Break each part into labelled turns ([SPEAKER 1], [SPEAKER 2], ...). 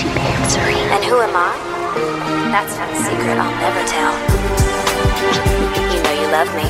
[SPEAKER 1] misery.
[SPEAKER 2] And who am I? That's not a secret I'll never tell. You know you love me.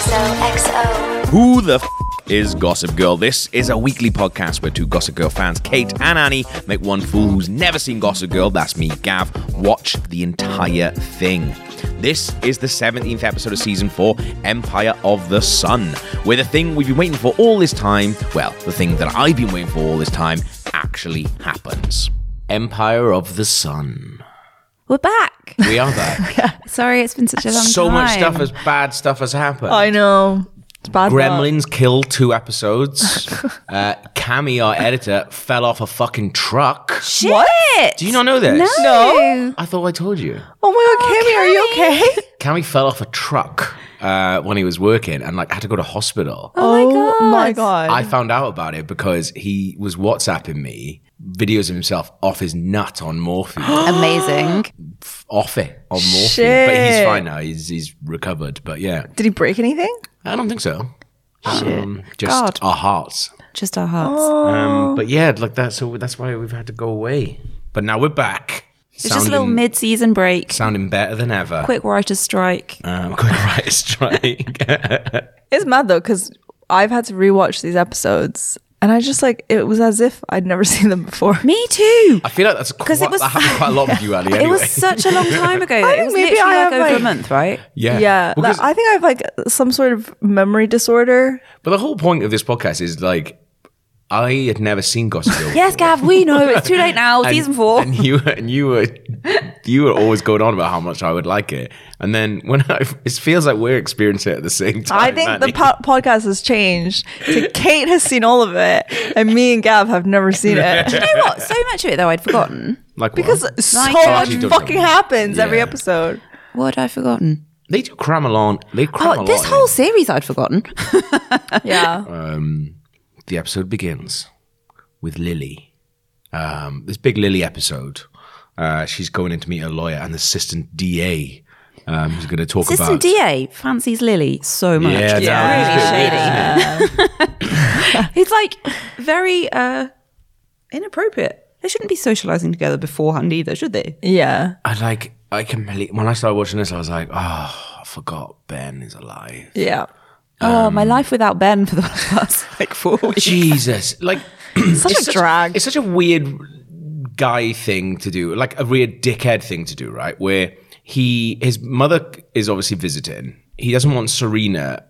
[SPEAKER 2] XOXO.
[SPEAKER 1] Who the f- is Gossip Girl? This is a weekly podcast where two Gossip Girl fans, Kate and Annie, make one fool who's never seen Gossip Girl, that's me, Gav, watch the entire thing. This is the 17th episode of season 4, Empire of the Sun, where the thing we've been waiting for all this time, well, the thing that I've been waiting for all this time, actually happens.
[SPEAKER 3] Empire of the Sun.
[SPEAKER 4] We're back.
[SPEAKER 3] We are back.
[SPEAKER 4] Sorry, it's been such a long time.
[SPEAKER 3] so much stuff as bad stuff has happened.
[SPEAKER 4] I know. It's bad. luck.
[SPEAKER 3] Gremlins killed two episodes. uh, Cammy, our editor, fell off a fucking truck.
[SPEAKER 4] Shit.
[SPEAKER 3] Do you not know this?
[SPEAKER 4] No.
[SPEAKER 3] I thought I told you.
[SPEAKER 4] Oh my god, Kimmy, are you okay?
[SPEAKER 3] Cammy fell off a truck uh, when he was working and like had to go to hospital.
[SPEAKER 4] Oh my god.
[SPEAKER 3] I found out about it because he was WhatsApping me videos of himself off his nut on morphine.
[SPEAKER 5] Amazing.
[SPEAKER 3] off it on morphine. But he's
[SPEAKER 4] Shit.
[SPEAKER 3] fine now. He's he's recovered. But yeah,
[SPEAKER 4] Did he break anything?
[SPEAKER 3] I don't think so. Um, just our hearts.
[SPEAKER 5] Just our hearts.
[SPEAKER 3] Um,
[SPEAKER 4] Oh.
[SPEAKER 3] but yeah, like that. So that's why we've had to go away. But now we're back.
[SPEAKER 4] It's just a little mid-season break.
[SPEAKER 3] Sounding better than ever.
[SPEAKER 4] Quick writer's strike.
[SPEAKER 3] Um, quick right strike.
[SPEAKER 4] It's mad though because I've had to rewatch these episodes, and I just like it was as if I'd never seen them before.
[SPEAKER 5] Me too.
[SPEAKER 3] I feel like that's quite,
[SPEAKER 5] 'Cause it was-
[SPEAKER 3] that happened quite a lot with you, Ali. Anyway.
[SPEAKER 5] It was such a long time ago.
[SPEAKER 4] I
[SPEAKER 5] it
[SPEAKER 4] think
[SPEAKER 5] was
[SPEAKER 4] maybe
[SPEAKER 5] literally
[SPEAKER 4] I
[SPEAKER 5] like
[SPEAKER 4] have,
[SPEAKER 5] over a
[SPEAKER 4] like-
[SPEAKER 5] month, right?
[SPEAKER 3] yeah,
[SPEAKER 4] Yeah, like,
[SPEAKER 3] Because-
[SPEAKER 4] I think I have like some sort of memory disorder.
[SPEAKER 3] but the whole point of this podcast is like, I had never seen Gossip Girl.
[SPEAKER 5] Yes,
[SPEAKER 3] before.
[SPEAKER 5] Gav, we know. It's too late now. Season four.
[SPEAKER 3] And you and you were you were always going on about how much I would like it, and then when I it feels like we're experiencing it at the same time.
[SPEAKER 4] I think the
[SPEAKER 3] Annie.
[SPEAKER 4] po- podcast has changed. So Kate has seen all of it, and me and Gav have never seen it.
[SPEAKER 5] you know what? So much of it, though, I'd forgotten.
[SPEAKER 3] like
[SPEAKER 4] Because
[SPEAKER 3] what?
[SPEAKER 4] so
[SPEAKER 5] Like-
[SPEAKER 4] much
[SPEAKER 3] Actually, don't
[SPEAKER 4] fucking
[SPEAKER 3] know.
[SPEAKER 4] happens every
[SPEAKER 3] Yeah.
[SPEAKER 4] episode.
[SPEAKER 5] What had I forgotten?
[SPEAKER 3] they do cram along. They cram
[SPEAKER 5] Oh,
[SPEAKER 3] along.
[SPEAKER 5] this whole series I'd forgotten.
[SPEAKER 4] Yeah.
[SPEAKER 3] the episode begins with Lily. Um, this big Lily episode. Uh, she's going in to meet her lawyer and assistant DA. Um, who's going to talk
[SPEAKER 5] Assistant
[SPEAKER 3] about
[SPEAKER 5] DA fancies Lily so much.
[SPEAKER 3] Yeah,
[SPEAKER 5] it's
[SPEAKER 3] that
[SPEAKER 5] really
[SPEAKER 3] was good,
[SPEAKER 5] shady. it's like very uh, inappropriate. They shouldn't be socializing together beforehand either, should they?
[SPEAKER 4] yeah.
[SPEAKER 3] I like. I completely. When I started watching this, I was like, oh, I forgot Ben is alive.
[SPEAKER 4] Yeah.
[SPEAKER 5] oh, my life without Ben for the past like four weeks.
[SPEAKER 3] Jesus, like
[SPEAKER 4] Such a
[SPEAKER 3] such-
[SPEAKER 4] drag.
[SPEAKER 3] It's such a weird guy thing to do, like a weird dickhead thing to do, right? Where he his mother is obviously visiting. He doesn't want Serena.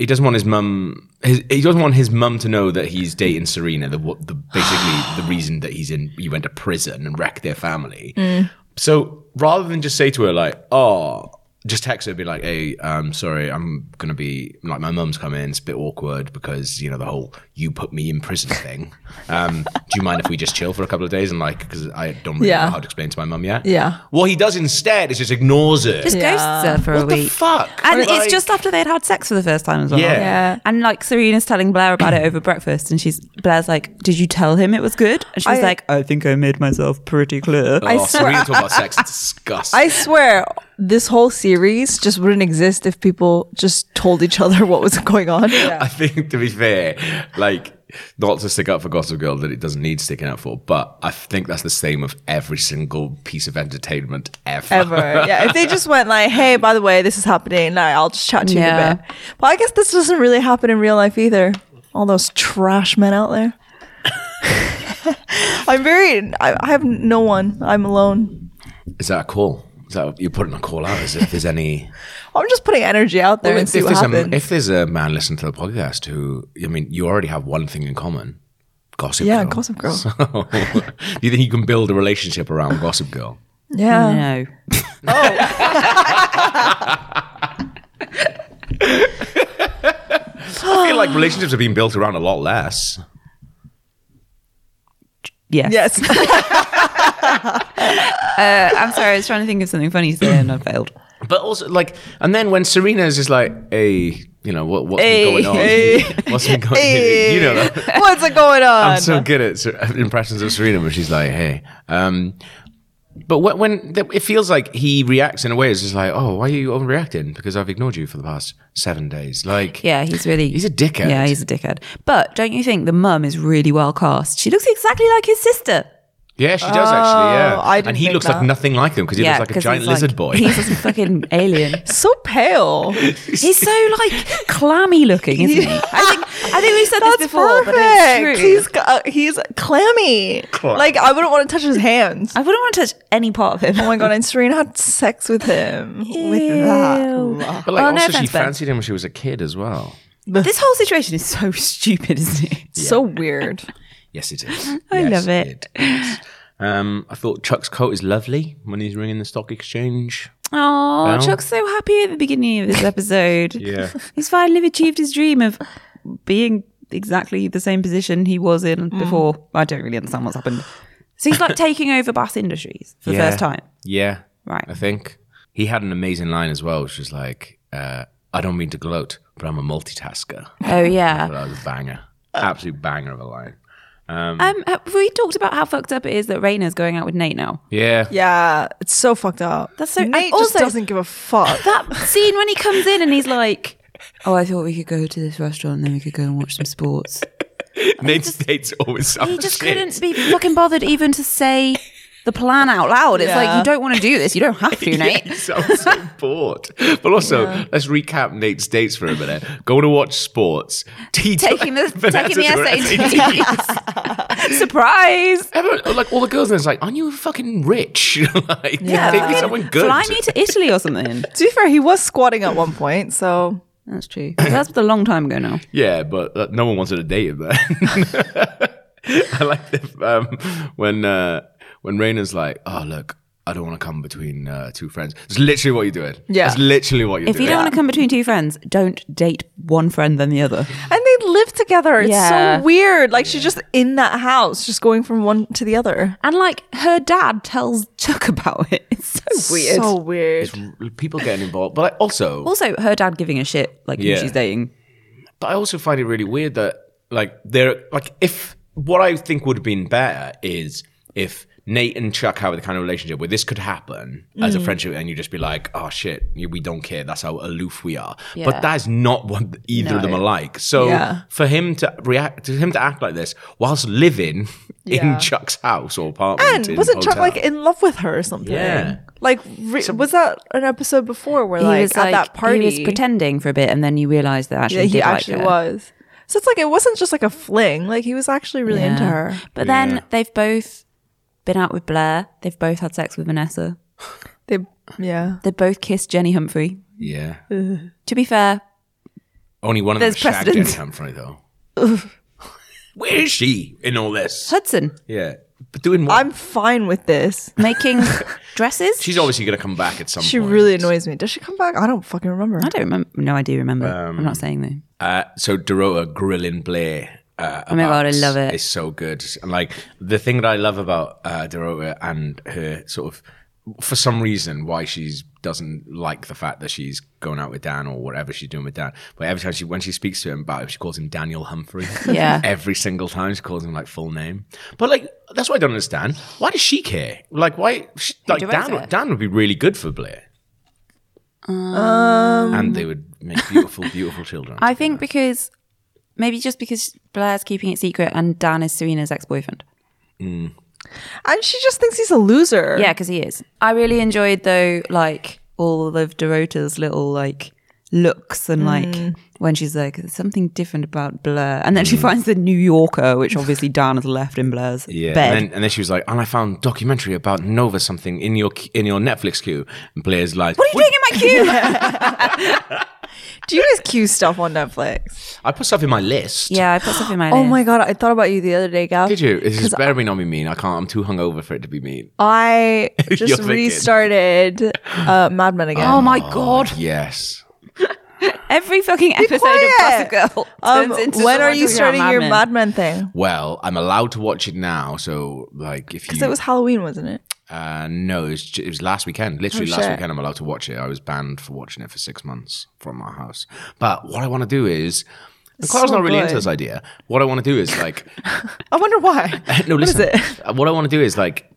[SPEAKER 3] He doesn't want his mum. His, he doesn't want his mum to know that he's dating Serena. The, what- the basically the reason that he's in, he went to prison and wrecked their family.
[SPEAKER 4] Mm.
[SPEAKER 3] So rather than just say to her like, "Oh," just text her, be like, "Hey, um, sorry, I'm gonna be like my mum's coming. It's a bit awkward because you know the whole you put me in prison thing. Um, do you mind if we just chill for a couple of days and like because I don't really
[SPEAKER 4] Yeah.
[SPEAKER 3] know how to explain to my mum yet.
[SPEAKER 4] Yeah.
[SPEAKER 3] What he does instead is just ignores her.
[SPEAKER 5] Just ghosts her for a
[SPEAKER 3] what the
[SPEAKER 5] week.
[SPEAKER 3] fuck?
[SPEAKER 5] And
[SPEAKER 3] Like-
[SPEAKER 5] it's just after they'd had sex for the first time as well.
[SPEAKER 3] Yeah.
[SPEAKER 4] Yeah.
[SPEAKER 5] And like Serena's telling Blair about it over breakfast, and she's Blair's like, "Did you tell him it was good?" And she's
[SPEAKER 4] I-
[SPEAKER 5] like, "I think I made myself pretty clear."
[SPEAKER 3] Oh, Serena talk about sex. It's disgusting.
[SPEAKER 4] I swear, this whole series just wouldn't exist if people just told each other what was going on.
[SPEAKER 3] I think to be fair, like not to stick up for Gossip Girl that it doesn't need sticking up for, but I think that's the same of every single piece of entertainment ever.
[SPEAKER 4] Ever. Yeah. If they just went like, hey, by the way, this is happening, nah, I'll just chat to you
[SPEAKER 5] Yeah.
[SPEAKER 4] in a bit. But I guess this doesn't really happen in real life either. All those trash men out there. I'm very, I, I have no one. I'm alone.
[SPEAKER 3] Is that a call? Is that you're putting a call out? Is if there's any?
[SPEAKER 4] I'm just putting energy out there
[SPEAKER 3] Well,
[SPEAKER 4] and
[SPEAKER 3] if,
[SPEAKER 4] see
[SPEAKER 3] if
[SPEAKER 4] what
[SPEAKER 3] there's
[SPEAKER 4] happens.
[SPEAKER 3] a, if there's a man listening to the podcast who, I mean, you already have one thing in common: Gossip
[SPEAKER 4] yeah,
[SPEAKER 3] Girl.
[SPEAKER 4] Gossip Girl.
[SPEAKER 3] Girl. Do you think you can build a relationship around Gossip Girl?
[SPEAKER 4] Yeah.
[SPEAKER 5] no.
[SPEAKER 3] I feel like relationships are being built around a lot less.
[SPEAKER 5] Yes.
[SPEAKER 4] Yes.
[SPEAKER 5] Uh, I'm sorry. I was trying to think of something funny to say, and I failed.
[SPEAKER 3] But also, like, and then when Serena is just like, "Hey, you know what? What's
[SPEAKER 4] Hey,
[SPEAKER 3] been going on? What's been going?
[SPEAKER 4] Hey.
[SPEAKER 3] You know that."
[SPEAKER 4] What's going on?
[SPEAKER 3] I'm so good at Ser- impressions of Serena when she's like, "Hey." Um, but when, when th- it feels like he reacts in a way, it's just like, "Oh, why are you overreacting? Because I've ignored you for the past seven days." Like,
[SPEAKER 5] Yeah, he's really
[SPEAKER 3] He's a dickhead.
[SPEAKER 5] Yeah, he's a dickhead. But don't you think the mum is really well cast? She looks exactly like his sister.
[SPEAKER 3] Yeah, she does actually. Yeah,
[SPEAKER 4] Oh, I didn't
[SPEAKER 3] and he
[SPEAKER 4] think
[SPEAKER 3] looks
[SPEAKER 4] that.
[SPEAKER 3] like nothing like them because he looks like a
[SPEAKER 5] 'cause
[SPEAKER 3] giant
[SPEAKER 5] he's like-
[SPEAKER 3] lizard boy.
[SPEAKER 5] He's a fucking alien.
[SPEAKER 4] So pale.
[SPEAKER 5] He's so like clammy looking, isn't he? I think I think we said
[SPEAKER 4] That's
[SPEAKER 5] this before,
[SPEAKER 4] perfect.
[SPEAKER 5] but it's true.
[SPEAKER 4] He's uh, he's clammy. Like I wouldn't want to touch his hands.
[SPEAKER 5] I wouldn't want to touch any part of him.
[SPEAKER 4] Oh my god! And Serena had sex with him with that.
[SPEAKER 3] but like,
[SPEAKER 5] Oh,
[SPEAKER 3] also,
[SPEAKER 5] no
[SPEAKER 3] she
[SPEAKER 5] offense, Ben.
[SPEAKER 3] fancied him when she was a kid as well.
[SPEAKER 5] This whole situation is so stupid, isn't it?
[SPEAKER 4] So weird.
[SPEAKER 3] Yes, it is.
[SPEAKER 5] I
[SPEAKER 3] Yes,
[SPEAKER 5] love it.
[SPEAKER 3] is. Um, I thought Chuck's coat is lovely when he's ringing the stock exchange.
[SPEAKER 5] Oh,
[SPEAKER 3] Well.
[SPEAKER 5] Chuck's so happy at the beginning of this episode.
[SPEAKER 3] Yeah.
[SPEAKER 5] He's finally achieved his dream of being exactly the same position he was in before. I don't really understand what's happened. So he's like taking over Bass Industries for the
[SPEAKER 3] Yeah.
[SPEAKER 5] first time.
[SPEAKER 3] Yeah,
[SPEAKER 5] Right.
[SPEAKER 3] I think he had an amazing line as well, which was like, uh, "I don't mean to gloat, but I'm a multitasker."
[SPEAKER 5] Oh, yeah.
[SPEAKER 3] That was a banger, absolute banger of a line.
[SPEAKER 5] Um, have we talked about how fucked up it is that Raina's going out with Nate now.
[SPEAKER 3] Yeah,
[SPEAKER 4] Yeah, it's so fucked up.
[SPEAKER 5] That's so- and
[SPEAKER 4] Nate
[SPEAKER 5] also-
[SPEAKER 4] just doesn't give a fuck.
[SPEAKER 5] That scene when he comes in and he's like, Oh, I thought we could go to this restaurant and then we could go and watch some sports.
[SPEAKER 3] Nate's dates always sound
[SPEAKER 5] He just
[SPEAKER 3] Oh, shit.
[SPEAKER 5] couldn't be fucking bothered even to say the plan out loud. It's like,
[SPEAKER 4] Yeah.
[SPEAKER 5] you don't want to do this. You don't have to, Nate.
[SPEAKER 3] Yes, I'm so bored. But also, let's recap Nate's dates for a minute. Going to watch sports. Tea
[SPEAKER 5] Taking the-
[SPEAKER 3] Vanessa
[SPEAKER 5] taking the
[SPEAKER 3] to her
[SPEAKER 5] SAT.
[SPEAKER 3] SATs.
[SPEAKER 5] Surprise.
[SPEAKER 3] Everyone, like all the girls, in there's like, aren't you fucking rich? like,
[SPEAKER 4] Yeah.
[SPEAKER 3] take me someone good.
[SPEAKER 5] Fly me to Italy or something.
[SPEAKER 4] to be fair, he was squatting at one point, so
[SPEAKER 5] That's true. That's a long time ago now.
[SPEAKER 3] Yeah, but uh, no one wanted to date him then. I like the, um, when uh, when Raina's like, "Oh look, I don't want to come between uh, two friends." It's literally what you're doing.
[SPEAKER 4] Yeah.
[SPEAKER 3] it's literally what you're
[SPEAKER 5] If you
[SPEAKER 3] doing.
[SPEAKER 5] don't want to come between two friends, don't date one friend then the other.
[SPEAKER 4] and they live together. It's
[SPEAKER 5] Yeah.
[SPEAKER 4] so weird. Like she's just in that house, just going from one to the other.
[SPEAKER 5] And like her dad tells Chuck about it. It's so weird.
[SPEAKER 4] So weird.
[SPEAKER 3] It's people getting involved, but I also
[SPEAKER 5] also, her dad giving a shit like
[SPEAKER 3] Yeah.
[SPEAKER 5] who she's dating.
[SPEAKER 3] But I also find it really weird that like they're like if what I think would have been better is if Nate and Chuck have the kind of relationship where this could happen as
[SPEAKER 4] Mm.
[SPEAKER 3] a friendship, and you just be like, "Oh shit, you- we don't care. That's how aloof we are." But
[SPEAKER 5] Yeah.
[SPEAKER 3] that is not what either of them are like. So
[SPEAKER 4] Yeah.
[SPEAKER 3] for him to react, to him to act like this whilst living in Chuck's house or apartment,
[SPEAKER 4] And
[SPEAKER 3] in
[SPEAKER 4] wasn't Chuck
[SPEAKER 3] hotel.
[SPEAKER 4] like in love with her or something?
[SPEAKER 3] Yeah.
[SPEAKER 4] Like, re- was that an episode before where like at that party
[SPEAKER 5] he was pretending for a bit, and then you realised that actually
[SPEAKER 4] Yeah,
[SPEAKER 5] he,
[SPEAKER 4] he
[SPEAKER 5] did like
[SPEAKER 4] actually
[SPEAKER 5] her.
[SPEAKER 4] was. So it's like it wasn't just like a fling. Like he was actually really into
[SPEAKER 5] Yeah.
[SPEAKER 4] her.
[SPEAKER 5] But then they've both been out with Blair. They've both had sex with Vanessa.
[SPEAKER 4] They, yeah.
[SPEAKER 5] They both kissed Jenny Humphrey.
[SPEAKER 3] yeah,
[SPEAKER 5] To be fair,
[SPEAKER 3] only one of them
[SPEAKER 5] There's
[SPEAKER 3] shagged Jenny
[SPEAKER 5] precedence.
[SPEAKER 3] Humphrey though. Where is she in all this?
[SPEAKER 5] Hudson
[SPEAKER 3] Yeah, but doing what?
[SPEAKER 4] I'm fine with this.
[SPEAKER 5] making dresses.
[SPEAKER 3] She's obviously going to come back at some
[SPEAKER 4] She
[SPEAKER 3] point.
[SPEAKER 4] really annoys me. Does she come back? I don't fucking remember.
[SPEAKER 5] I don't remember. No, I do remember.
[SPEAKER 3] Um,
[SPEAKER 5] I'm not saying though.
[SPEAKER 3] Uh, so Dorota grilling Blair. Uh,
[SPEAKER 5] Oh my God, I
[SPEAKER 3] about
[SPEAKER 5] love it.
[SPEAKER 3] It's so good. And like the thing that I love about uh, Dorota and her sort of, for some reason, why she's doesn't like the fact that she's going out with Dan or whatever she's doing with Dan. But every time she, when she speaks to him about it, she calls him Daniel Humphrey.
[SPEAKER 5] Yeah.
[SPEAKER 3] every single time she calls him like full name. But like that's what I don't understand. Why does she care? Like why? She, like Dan,
[SPEAKER 5] Dorota?
[SPEAKER 3] would- Dan would be really good for Blair. and they would make beautiful, beautiful children.
[SPEAKER 5] Um, I think because maybe just because Blair's keeping it secret and Dan is Serena's ex boyfriend.
[SPEAKER 4] And she just thinks he's a loser.
[SPEAKER 5] Yeah, because he is. I really enjoyed though, like all of Dorota's little like looks and
[SPEAKER 3] Mm.
[SPEAKER 5] like when she's like "There's something different about Blair, and then she finds the New Yorker, which obviously Dan has left in Blair's
[SPEAKER 3] Yeah,
[SPEAKER 5] bed.
[SPEAKER 3] And, then, and then she was like, "And I found documentary about Nova something in your in your Netflix queue." And Blair's like,
[SPEAKER 5] what are you doing in my queue?
[SPEAKER 4] Do you guys queue stuff on Netflix?
[SPEAKER 3] I put stuff in my list."
[SPEAKER 5] yeah, I put stuff in my.
[SPEAKER 4] Oh
[SPEAKER 5] list.
[SPEAKER 4] my god, I thought about you the other day, Gav.
[SPEAKER 3] Did you? This is better be not be mean. I can't. I'm too hungover for it to be mean.
[SPEAKER 4] I
[SPEAKER 3] You're
[SPEAKER 4] just
[SPEAKER 3] thinking.
[SPEAKER 4] restarted uh, Mad Men again.
[SPEAKER 5] Oh my god!
[SPEAKER 3] Yes.
[SPEAKER 5] Every fucking episode of
[SPEAKER 4] quiet.
[SPEAKER 5] Gossip Girl
[SPEAKER 4] Um,
[SPEAKER 5] turns into
[SPEAKER 4] when are
[SPEAKER 5] someone talking
[SPEAKER 4] you
[SPEAKER 5] about
[SPEAKER 4] starting
[SPEAKER 5] Mad
[SPEAKER 4] your
[SPEAKER 5] Men.
[SPEAKER 4] Mad Men thing?
[SPEAKER 3] Well, I'm allowed to watch it now. So, like, if
[SPEAKER 4] Because
[SPEAKER 3] you
[SPEAKER 4] it was Halloween, wasn't it?
[SPEAKER 3] uh, no, it was, ju- it was last weekend. Literally
[SPEAKER 4] Oh,
[SPEAKER 3] last
[SPEAKER 4] shit.
[SPEAKER 3] weekend, I'm allowed to watch it. I was banned for watching it for six months from my house. But what I want to do is. And Clara's
[SPEAKER 4] so
[SPEAKER 3] not really into
[SPEAKER 4] good.
[SPEAKER 3] this idea. What I want to do is like
[SPEAKER 4] I wonder why.
[SPEAKER 3] no, listen.
[SPEAKER 4] it?
[SPEAKER 3] uh, What I want to do is like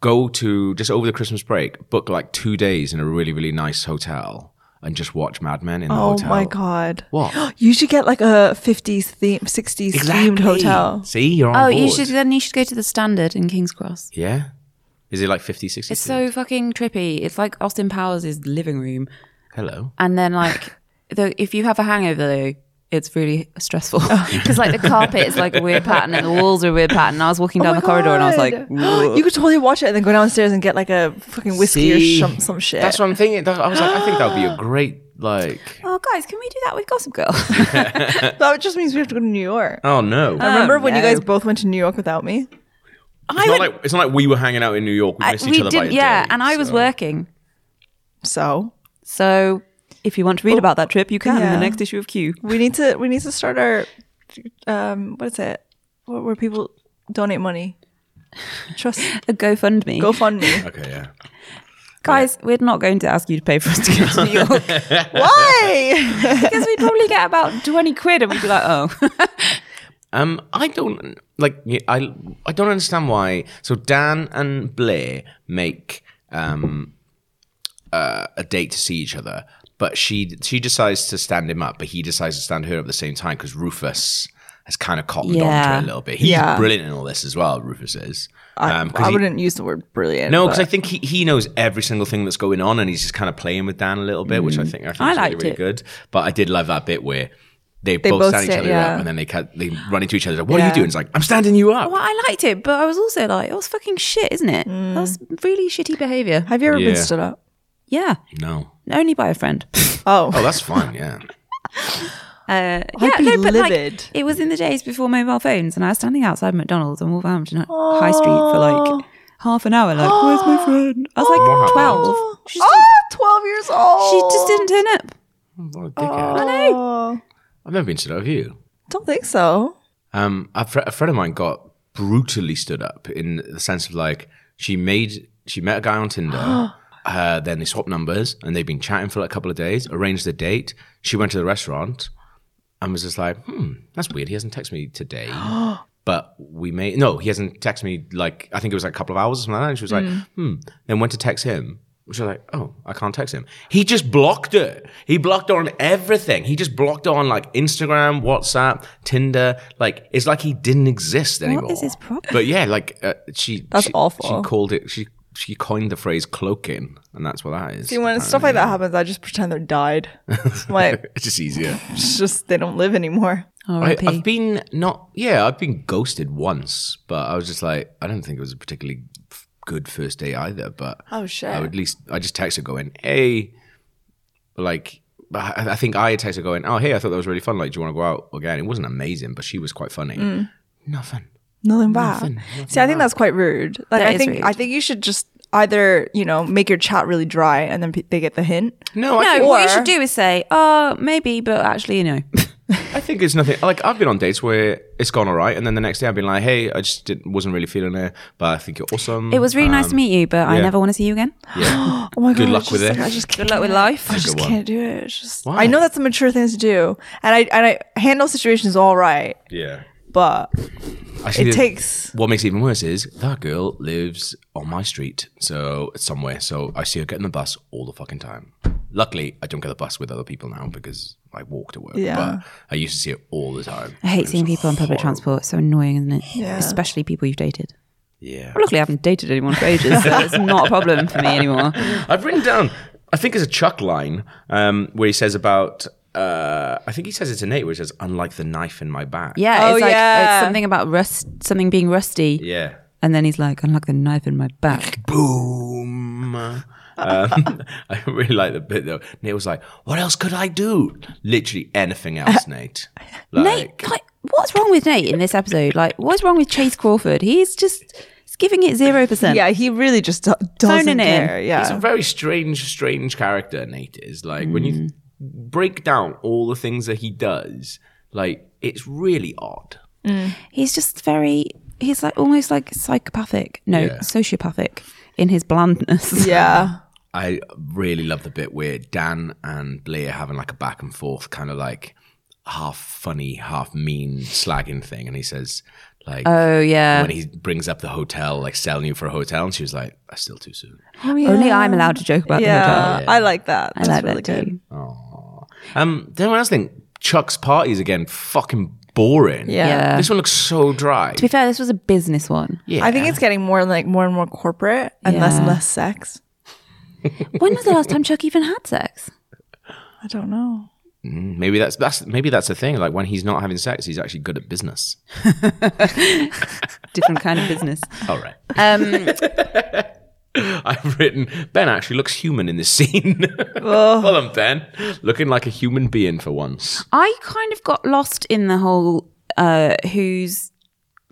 [SPEAKER 3] go to just over the Christmas break, book like two days in a really really nice hotel, and just watch Mad Men in the
[SPEAKER 4] Oh
[SPEAKER 3] hotel.
[SPEAKER 4] my god.
[SPEAKER 3] What?
[SPEAKER 4] You should get like a 50s theme 60s themed hotel.
[SPEAKER 3] See, you're on
[SPEAKER 5] Oh,
[SPEAKER 3] board.
[SPEAKER 5] you should then you should go to the Standard in King's Cross.
[SPEAKER 3] Yeah. Is it like 50, 60?
[SPEAKER 5] It's so fucking trippy. It's like Austin Powers' living room,
[SPEAKER 3] Hello.
[SPEAKER 5] and then like the, if you have a hangover though. It's really stressful because, Oh, like, the carpet is like a weird pattern and the walls are a weird pattern. I was walking down
[SPEAKER 4] Oh my
[SPEAKER 5] the corridor and I was like,
[SPEAKER 4] God. you could totally watch it and then go downstairs and get like a fucking whiskey
[SPEAKER 3] See?
[SPEAKER 4] or some, some shit.
[SPEAKER 3] That's what I'm thinking. That- I was like, I think that would be a great, like.
[SPEAKER 5] "Oh, guys, can we do that with Gossip Girl?"
[SPEAKER 4] that just means we have to go to New York.
[SPEAKER 3] Oh, no.
[SPEAKER 4] I remember when you
[SPEAKER 5] no.
[SPEAKER 4] guys both went to New York without me.
[SPEAKER 5] Uh, I
[SPEAKER 3] it's, not
[SPEAKER 5] would-
[SPEAKER 3] like, it's not like we were hanging out in New York. We
[SPEAKER 5] I-
[SPEAKER 3] missed each other by a
[SPEAKER 5] yeah,
[SPEAKER 3] day,
[SPEAKER 5] and I was
[SPEAKER 3] so-
[SPEAKER 5] working.
[SPEAKER 4] So
[SPEAKER 5] So if you want to read about that trip, you can in
[SPEAKER 4] Yeah.
[SPEAKER 5] the next issue of Q.
[SPEAKER 4] we need to we need to start our um what is it? Where, where people donate money. Trust
[SPEAKER 5] A GoFundMe.
[SPEAKER 4] GoFundMe.
[SPEAKER 3] Okay, yeah.
[SPEAKER 5] Guys, we're not going to ask you to pay for us to go to New York
[SPEAKER 4] Why?
[SPEAKER 5] because we'd probably get about 20 quid and we'd be like, oh.
[SPEAKER 3] Um, I don't like. I I don't understand why. So Dan and Blair make um uh, a date to see each other, but she she decides to stand him up, but he decides to stand her up at the same time because Rufus has kind of cottoned on
[SPEAKER 5] Yeah.
[SPEAKER 3] to her a little bit. He's
[SPEAKER 4] Yeah.
[SPEAKER 3] brilliant in all this as well. Rufus is. Um,
[SPEAKER 4] I,
[SPEAKER 3] 'cause
[SPEAKER 4] I
[SPEAKER 3] he-
[SPEAKER 4] wouldn't use the word brilliant.
[SPEAKER 3] no,
[SPEAKER 4] but-
[SPEAKER 3] because I think he, he knows every single thing that's going on, and he's just kind of playing with Dan a little bit, which I think I think
[SPEAKER 5] I
[SPEAKER 3] is really,
[SPEAKER 5] liked
[SPEAKER 3] really
[SPEAKER 5] it.
[SPEAKER 3] good. But I did love that bit where they, both,
[SPEAKER 4] both
[SPEAKER 3] stand each
[SPEAKER 4] sit-
[SPEAKER 3] other
[SPEAKER 4] yeah.
[SPEAKER 3] up, and then they ca- they run into each other. Like, what are you
[SPEAKER 4] Yeah.
[SPEAKER 3] doing? It's like I'm standing you up.
[SPEAKER 5] well, I liked it, but I was also like, it was fucking shit, isn't it? That was really shitty behavior.
[SPEAKER 4] have you ever been
[SPEAKER 3] Yeah.
[SPEAKER 4] stood up?
[SPEAKER 5] Yeah,
[SPEAKER 3] No.
[SPEAKER 5] only by a friend.
[SPEAKER 4] Oh.
[SPEAKER 3] Oh, that's fine. Yeah.
[SPEAKER 5] Uh,
[SPEAKER 4] I'd
[SPEAKER 5] yeah,
[SPEAKER 4] be
[SPEAKER 5] no, but
[SPEAKER 4] livid.
[SPEAKER 5] like, it was in the days before mobile phones, and I was standing outside McDonald's on Wolverhampton High Street for like half an hour. Like, where's my friend? I was like
[SPEAKER 3] What happened?
[SPEAKER 5] twelve. She just,
[SPEAKER 4] Ah, 12 years old.
[SPEAKER 5] she just didn't turn up.
[SPEAKER 3] What a dickhead.
[SPEAKER 4] know.
[SPEAKER 3] I've never been stood up. Have you?
[SPEAKER 4] Don't think so.
[SPEAKER 3] Um, a, fr- a friend of mine got brutally stood up in the sense of like she made she met a guy on Tinder. uh, then they swapped numbers and they've been chatting for like a couple of days. Arranged a date. She went to the restaurant and was just like, "Hmm, that's weird. He hasn't texted me today." But we made no. He hasn't texted me like I think it was like a couple of hours or something like that. And she was
[SPEAKER 5] Mm.
[SPEAKER 3] like, "Hmm." Then went to text him. She was like, "Oh, I can't text him." He just blocked her. He blocked her on everything. He just blocked her on like Instagram, WhatsApp, Tinder. Like it's like he didn't exist anymore.
[SPEAKER 5] is his problem?
[SPEAKER 3] But yeah, like uh, she.
[SPEAKER 4] That's
[SPEAKER 3] she-
[SPEAKER 4] awful.
[SPEAKER 3] She called it. She she coined the phrase cloaking, and that's what that is.
[SPEAKER 4] See, when stuff like that happens, I just pretend they died. It's like,
[SPEAKER 3] it's just easier.
[SPEAKER 4] it's just, they don't live anymore.
[SPEAKER 3] I,
[SPEAKER 5] R.I.P.
[SPEAKER 3] I've been not, yeah, I've been ghosted once, but I was just like, I don't think it was a particularly f- good first day either. But
[SPEAKER 4] Oh, shit.
[SPEAKER 3] I would at least I just texted going, hey, like I, I think I had texted going, oh hey, I thought that was really fun. Like, do you want to go out again? It wasn't amazing, but she was quite funny. Nothing.
[SPEAKER 4] Nothing bad. See, I think that's quite rude. Like,
[SPEAKER 5] That
[SPEAKER 4] I
[SPEAKER 5] is
[SPEAKER 4] think,
[SPEAKER 5] rude.
[SPEAKER 4] I think you should just either, you know, make your chat really dry and then pe- they get the hint.
[SPEAKER 3] No, I,
[SPEAKER 5] No,
[SPEAKER 3] think,
[SPEAKER 5] what
[SPEAKER 4] Or-
[SPEAKER 5] you should do is say, "Oh, maybe, but actually, you know."
[SPEAKER 3] I think it's nothing. Like I've been on dates where it's gone alright, and then the next day I've been like, hey, I just didn't, wasn't really feeling it, but I think you're awesome. Uh,
[SPEAKER 5] It was really nice to meet you, but I
[SPEAKER 3] Um, yeah.
[SPEAKER 5] never want to see you again.
[SPEAKER 3] Yeah.
[SPEAKER 4] Oh my God.
[SPEAKER 3] Good
[SPEAKER 4] it's
[SPEAKER 3] luck
[SPEAKER 4] just
[SPEAKER 3] with
[SPEAKER 4] like,
[SPEAKER 3] it.
[SPEAKER 4] I just can't.
[SPEAKER 5] Good luck with life.
[SPEAKER 4] I just
[SPEAKER 3] one.
[SPEAKER 4] can't do it. It's just,
[SPEAKER 3] Why?
[SPEAKER 4] I know that's the mature thing to do. And I, and I handle situations all right,
[SPEAKER 3] yeah.
[SPEAKER 4] but
[SPEAKER 3] Actually,
[SPEAKER 4] It
[SPEAKER 3] the-
[SPEAKER 4] takes-
[SPEAKER 3] What makes it even worse is that girl lives on my street, so somewhere. So I see her getting the bus all the fucking time. Luckily, I don't get the bus with other people now because I walk to work.
[SPEAKER 4] Yeah.
[SPEAKER 3] But I used to see it all the time.
[SPEAKER 5] I hate seeing people on public transport. It's so annoying, isn't it?
[SPEAKER 4] Yeah.
[SPEAKER 5] Especially people you've dated.
[SPEAKER 3] Yeah.
[SPEAKER 5] Luckily, I haven't dated anyone for ages, so it's not a problem for me anymore.
[SPEAKER 3] I've written down. I think it's a Chuck line um, where he says about. Uh, I think he says it to Nate, where he says, "Unlike the knife in my back."
[SPEAKER 5] Yeah,
[SPEAKER 4] Oh,
[SPEAKER 5] it's like
[SPEAKER 4] yeah.
[SPEAKER 5] it's something about rust, something being rusty,
[SPEAKER 3] Yeah.
[SPEAKER 5] and then he's like, "Unlock the knife in my back."
[SPEAKER 3] boom. Um, I really like the bit though. Nate was like, "What else could I do? Literally anything else, Nate." Like,
[SPEAKER 5] Nate, like, what's wrong with Nate in this episode? Like, what's wrong with Chase Crawford? He's just he's giving it zero percent.
[SPEAKER 4] yeah, he really just do- doesn't
[SPEAKER 5] Phoning in.
[SPEAKER 4] care.
[SPEAKER 3] he's a
[SPEAKER 4] Yeah.
[SPEAKER 3] very strange, strange character. Nate is like when you break down all the things that he does, like it's really odd.
[SPEAKER 5] he's just very he's like almost like psychopathic no
[SPEAKER 3] Yeah.
[SPEAKER 5] sociopathic in his blandness
[SPEAKER 4] Yeah.
[SPEAKER 3] I really love the bit where Dan and Blair having like a back and forth, kind of like half funny, half mean slagging thing, and he says like,
[SPEAKER 5] oh yeah
[SPEAKER 3] when he brings up the hotel, like selling you for a hotel, and she was like, "That's still too soon."
[SPEAKER 5] only i'm allowed to joke about
[SPEAKER 4] yeah,
[SPEAKER 5] the hotel
[SPEAKER 4] I like that.
[SPEAKER 5] i
[SPEAKER 4] That's
[SPEAKER 5] like
[SPEAKER 4] really
[SPEAKER 5] that too
[SPEAKER 4] good.
[SPEAKER 3] Um, did anyone else think Chuck's parties again? Fucking boring.
[SPEAKER 4] Yeah.
[SPEAKER 5] Yeah.
[SPEAKER 3] This one looks so dry.
[SPEAKER 5] To be fair, this was a business one.
[SPEAKER 3] yeah.
[SPEAKER 4] I think it's getting more like more and more corporate and less and
[SPEAKER 5] Yeah.
[SPEAKER 4] less sex.
[SPEAKER 5] When was the last time Chuck even had sex?
[SPEAKER 4] I don't know.
[SPEAKER 3] maybe that's that's maybe that's the thing. Like when he's not having sex, he's actually good at business.
[SPEAKER 5] Different kind of business.
[SPEAKER 3] All right.
[SPEAKER 5] Um,
[SPEAKER 3] I've written Ben actually looks human in this scene. well, I'm Ben, looking like a human being for once.
[SPEAKER 5] I kind of got lost in the whole uh, who's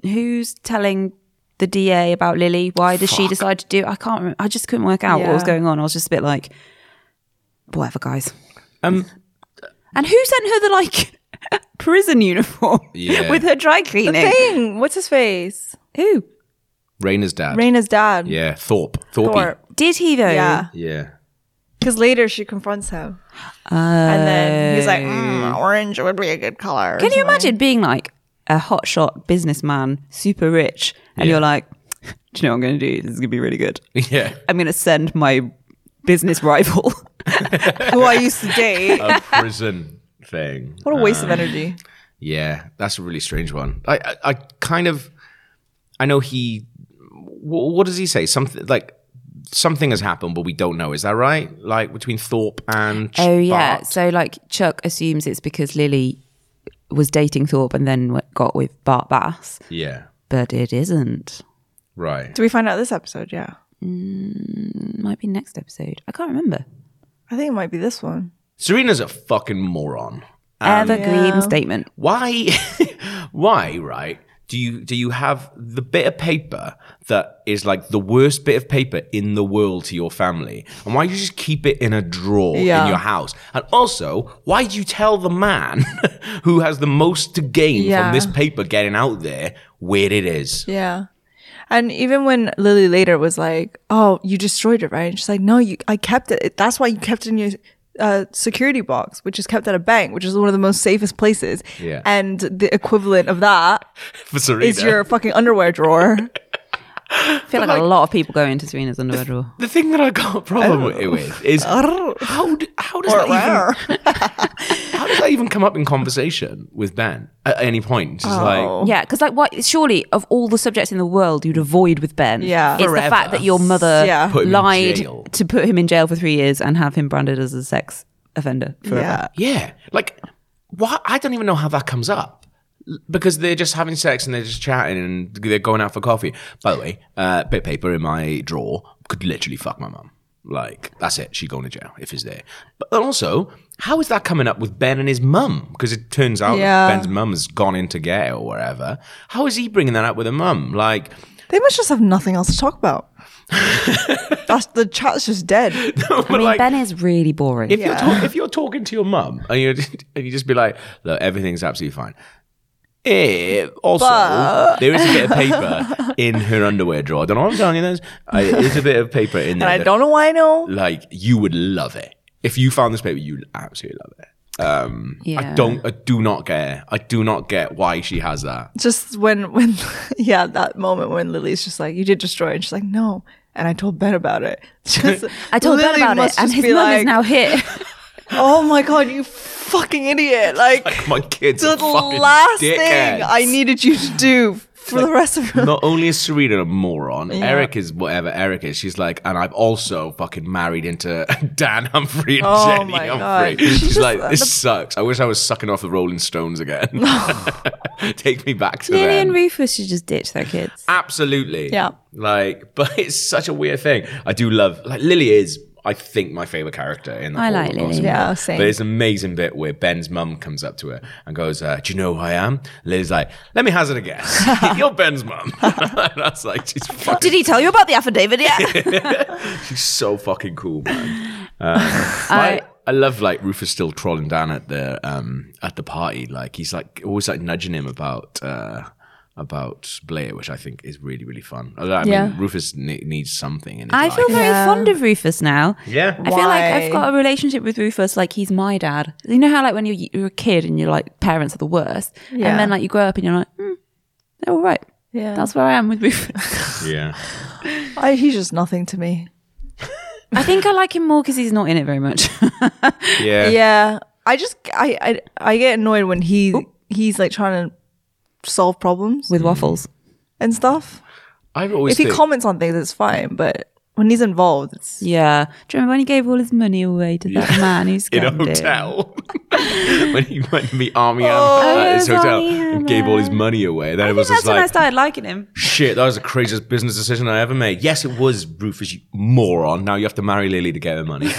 [SPEAKER 5] who's telling the DA about Lily. Why does she decide to do? I can't. Remember. I just couldn't work out what was
[SPEAKER 4] Yeah.
[SPEAKER 5] going on. I was just a bit like, whatever, guys.
[SPEAKER 3] Um,
[SPEAKER 5] And who sent her the like prison uniform
[SPEAKER 3] Yeah.
[SPEAKER 5] with her dry cleaning?
[SPEAKER 4] Thing, what's his face?
[SPEAKER 5] Who
[SPEAKER 3] Raina's dad.
[SPEAKER 4] Raina's dad.
[SPEAKER 3] yeah, Thorpe. Thorpe.
[SPEAKER 4] Thorpe.
[SPEAKER 5] did he though?
[SPEAKER 4] Yeah.
[SPEAKER 3] Yeah.
[SPEAKER 4] Because later she confronts him. and then he's like, "Mm, orange would be a good color. or
[SPEAKER 5] Uh, Can you
[SPEAKER 4] something."
[SPEAKER 5] imagine being like a hotshot businessman, super rich, and
[SPEAKER 3] Yeah.
[SPEAKER 5] you're like, do you know what I'm going to do? This is going to be really good.
[SPEAKER 3] Yeah.
[SPEAKER 5] I'm going to send my business rival.
[SPEAKER 4] Who I used to date.
[SPEAKER 3] A prison thing.
[SPEAKER 4] What a waste of energy.
[SPEAKER 3] Yeah, that's a really strange one. I, I, I kind of, I know he. What, what does he say? Something like something has happened, but we don't know. Is that right? Like between Thorpe and Ch-
[SPEAKER 5] oh, yeah.
[SPEAKER 3] Bart.
[SPEAKER 5] So, like, Chuck assumes it's because Lily was dating Thorpe and then w- got with Bart Bass,
[SPEAKER 3] yeah,
[SPEAKER 5] but it isn't.
[SPEAKER 3] right.
[SPEAKER 4] Do we find out this episode? Yeah.
[SPEAKER 5] It might be next episode. I can't remember.
[SPEAKER 4] I think it might be this one.
[SPEAKER 3] Serena's a fucking moron.
[SPEAKER 5] Evergreen statement.
[SPEAKER 3] Why? why? Right? Do you do you have the bit of paper that is like the worst bit of paper in the world to your family, and why do you just keep it in a drawer in
[SPEAKER 4] Yeah.
[SPEAKER 3] your house? And also, why do you tell the man who has the most to gain
[SPEAKER 4] Yeah.
[SPEAKER 3] from this paper getting out there where it is?
[SPEAKER 4] Yeah. And even when Lily later was like, "Oh, you destroyed it, right?" And she's like, "No, you. I kept it. That's why you kept it in your uh, security box, which is kept at a bank, which is one of the most safest places.
[SPEAKER 3] Yeah.
[SPEAKER 4] And the equivalent of that
[SPEAKER 3] For Serena,
[SPEAKER 4] is your fucking underwear drawer.
[SPEAKER 5] I feel like, a lot of people go into Serena's underwead drawer.
[SPEAKER 3] the thing that I got a problem with is how d- how does that even how does that even come up in conversation with Ben at any point? Just like
[SPEAKER 5] Yeah, because like, what? Surely, of all the subjects in the world, you'd avoid with Ben.
[SPEAKER 4] Yeah.
[SPEAKER 5] it's
[SPEAKER 3] Forever.
[SPEAKER 5] the fact that your mother
[SPEAKER 4] Yeah.
[SPEAKER 3] Put him in
[SPEAKER 5] lied
[SPEAKER 3] jail.
[SPEAKER 5] to put him in jail for three years and have him branded as a sex offender forever.
[SPEAKER 4] yeah.
[SPEAKER 3] Yeah. Like, why? I don't even know how that comes up L- because they're just having sex and they're just chatting and they're going out for coffee. By the way, uh, bit of paper in my drawer could literally fuck my mum. Like, that's it. She going to jail if it's there. But also, how is that coming up with Ben and his mum? Because it turns out that
[SPEAKER 4] Yeah.
[SPEAKER 3] Ben's mum has gone into gay or whatever. How is he bringing that up with a mum? Like,
[SPEAKER 4] They must just have nothing else to talk about. That's the chat's just dead.
[SPEAKER 3] but
[SPEAKER 5] I mean,
[SPEAKER 3] like,
[SPEAKER 5] Ben is really boring.
[SPEAKER 3] If you're talk- if you're talking to your mum and you and you just be like, look, everything's absolutely fine. Eh, also, there is a bit of paper in her underwear drawer. I don't know what I'm telling you. There's uh, there is a bit of paper in there.
[SPEAKER 4] And I
[SPEAKER 3] that,
[SPEAKER 4] don't know why I know.
[SPEAKER 3] like you would love it if you found this paper. You'd absolutely love it. I
[SPEAKER 5] Yeah.
[SPEAKER 3] don't. I do not get. I do not get why she has that.
[SPEAKER 4] Just when when yeah, that moment when Lily's just like, "You did destroy," it," and she's like, "No." And I told Ben about it. Just,
[SPEAKER 5] I told
[SPEAKER 4] Lily
[SPEAKER 5] Ben about it,
[SPEAKER 4] must
[SPEAKER 5] and
[SPEAKER 4] just
[SPEAKER 5] his
[SPEAKER 4] be
[SPEAKER 5] mum is
[SPEAKER 4] like,
[SPEAKER 5] now here.
[SPEAKER 4] Oh my god, you fucking idiot! Like,
[SPEAKER 3] My kids.
[SPEAKER 4] the
[SPEAKER 3] are fucking
[SPEAKER 4] last thing
[SPEAKER 3] dickheads.
[SPEAKER 4] I needed you to do for the rest of your
[SPEAKER 3] Not only is Serena a moron, Eric is whatever Eric is. She's like, and I've also fucking married into Dan Humphrey and
[SPEAKER 4] Oh
[SPEAKER 3] Jenny
[SPEAKER 4] my
[SPEAKER 3] Humphrey.
[SPEAKER 4] God. She's
[SPEAKER 3] She's
[SPEAKER 4] just-
[SPEAKER 3] like, this sucks. I wish I was sucking off the Rolling Stones again. Take me back to
[SPEAKER 5] Lily
[SPEAKER 3] them.
[SPEAKER 5] and Rufus should just ditch their kids.
[SPEAKER 3] Absolutely.
[SPEAKER 4] Yeah.
[SPEAKER 3] Like, but it's such a weird thing. I do love, like, Lily is. I think my favorite character in the
[SPEAKER 5] I
[SPEAKER 3] whole
[SPEAKER 5] like
[SPEAKER 3] of
[SPEAKER 5] Lily.
[SPEAKER 3] Gossip
[SPEAKER 4] Yeah,
[SPEAKER 3] Girl.
[SPEAKER 4] same.
[SPEAKER 3] But it's an amazing bit where Ben's mum comes up to her and goes, uh, "Do you know who I am?" Lily's like, "Let me hazard a guess. You're Ben's mum." That's like, she's fucking
[SPEAKER 5] Did he tell you about the affidavit yet?
[SPEAKER 3] She's so fucking cool, man. Um, I, I love like Rufus still trolling down at the um, at the party. Like he's like always like nudging him about uh, about Blair, which I think is really really fun. I, I
[SPEAKER 4] Yeah.
[SPEAKER 3] mean, Rufus ne- needs something in his
[SPEAKER 5] I
[SPEAKER 3] life.
[SPEAKER 5] feel very
[SPEAKER 4] Yeah.
[SPEAKER 5] fond of Rufus now.
[SPEAKER 3] yeah,
[SPEAKER 5] I feel like
[SPEAKER 4] Why?
[SPEAKER 5] I've got a relationship with Rufus, like he's my dad. You know how like when you're, you're a kid and you're like parents are the worst,
[SPEAKER 4] Yeah.
[SPEAKER 5] and then like you grow up and you're like, mm, they're all right.
[SPEAKER 4] Yeah.
[SPEAKER 5] That's where I am with Rufus.
[SPEAKER 3] yeah.
[SPEAKER 4] I, he's just nothing to me.
[SPEAKER 5] I think I like him more because he's not in it very much.
[SPEAKER 3] yeah,
[SPEAKER 4] Yeah. I just I I, I get annoyed when he he's like trying to solve problems
[SPEAKER 3] Hmm.
[SPEAKER 5] with waffles.
[SPEAKER 4] and stuff.
[SPEAKER 3] I've always
[SPEAKER 4] If he
[SPEAKER 3] think-
[SPEAKER 4] comments on things, it's fine. But when he's involved, it's
[SPEAKER 5] Yeah. Do you remember when he gave all his money away to that man who
[SPEAKER 3] in a
[SPEAKER 5] scammed
[SPEAKER 3] hotel when he went to meet Army Hammer
[SPEAKER 5] Oh,
[SPEAKER 3] at his
[SPEAKER 5] yes,
[SPEAKER 3] hotel
[SPEAKER 5] Army
[SPEAKER 3] and gave all his money away. Then it was just like,
[SPEAKER 5] started liking him.
[SPEAKER 3] shit, that was the craziest business decision I ever made. Yes, it was, Rufus, you moron. Now you have to marry Lily to get her money.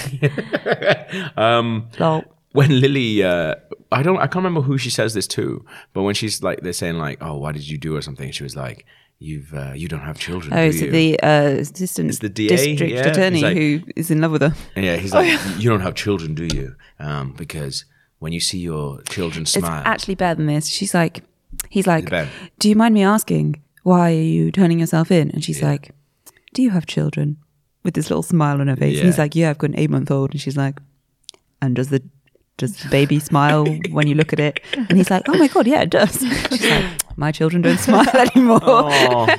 [SPEAKER 5] Lol.
[SPEAKER 3] when Lily, uh, I don't, I can't remember who she says this to, but when she's like, they're saying like, oh, why did you do or something? She was like, you've, uh, you don't have children.
[SPEAKER 5] Oh,
[SPEAKER 3] do
[SPEAKER 5] so
[SPEAKER 3] you?
[SPEAKER 5] the uh, assistant
[SPEAKER 3] the DA,
[SPEAKER 5] district
[SPEAKER 3] yeah.
[SPEAKER 5] attorney
[SPEAKER 3] He's like-
[SPEAKER 5] who is in love with her.
[SPEAKER 3] And yeah, he's like, you don't have children, do you? Um, because when you see your children
[SPEAKER 5] It's
[SPEAKER 3] smile,
[SPEAKER 5] actually better than this. She's like, he's like,
[SPEAKER 3] bad.
[SPEAKER 5] do you mind me asking why are you turning yourself in? And she's like, do you have children? With this little smile on her face, and he's
[SPEAKER 3] Yeah.
[SPEAKER 5] like, yeah, I've got an eight-month-old, and she's like, and does the does the baby smile when you look at it? And he's like, oh my god, yeah, it does. She's like, my children don't smile anymore.
[SPEAKER 3] Oh.